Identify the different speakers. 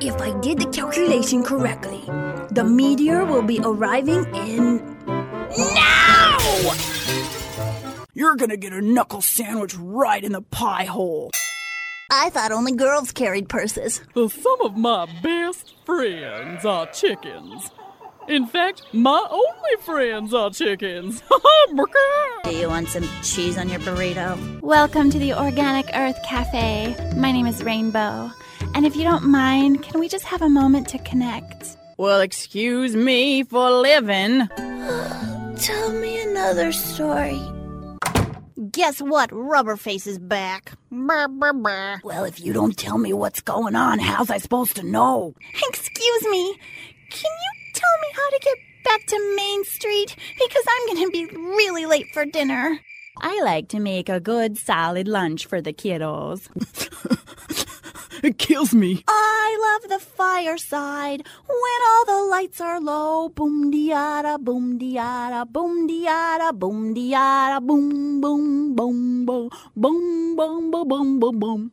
Speaker 1: If I did the calculation correctly, the meteor will be arriving in. Now!
Speaker 2: You're gonna get a knuckle sandwich right in the pie hole.
Speaker 1: I thought only girls carried purses.
Speaker 3: Well, some of my best friends are chickens. In fact, my only friends are chickens.
Speaker 1: Do you want some cheese on your burrito?
Speaker 4: Welcome to the Organic Earth Cafe. My name is Rainbow. And if you don't mind, can we just have a moment to connect?
Speaker 5: Well, excuse me for living.
Speaker 6: Tell me another story.
Speaker 7: Guess what? Rubberface is back. Brr, brr, brr.
Speaker 2: Well, if you don't tell me what's going on, how's I supposed to know?
Speaker 6: Excuse me. Can you tell me how to get back to Main Street? Because I'm going to be really late for dinner.
Speaker 5: I like to make a good solid lunch for the kiddos.
Speaker 3: it kills me.
Speaker 6: I love the fireside when all the lights are low. Boom diada, boom diada, boom diada, boom diada, boom boom boom boom boom boom boom boom boom.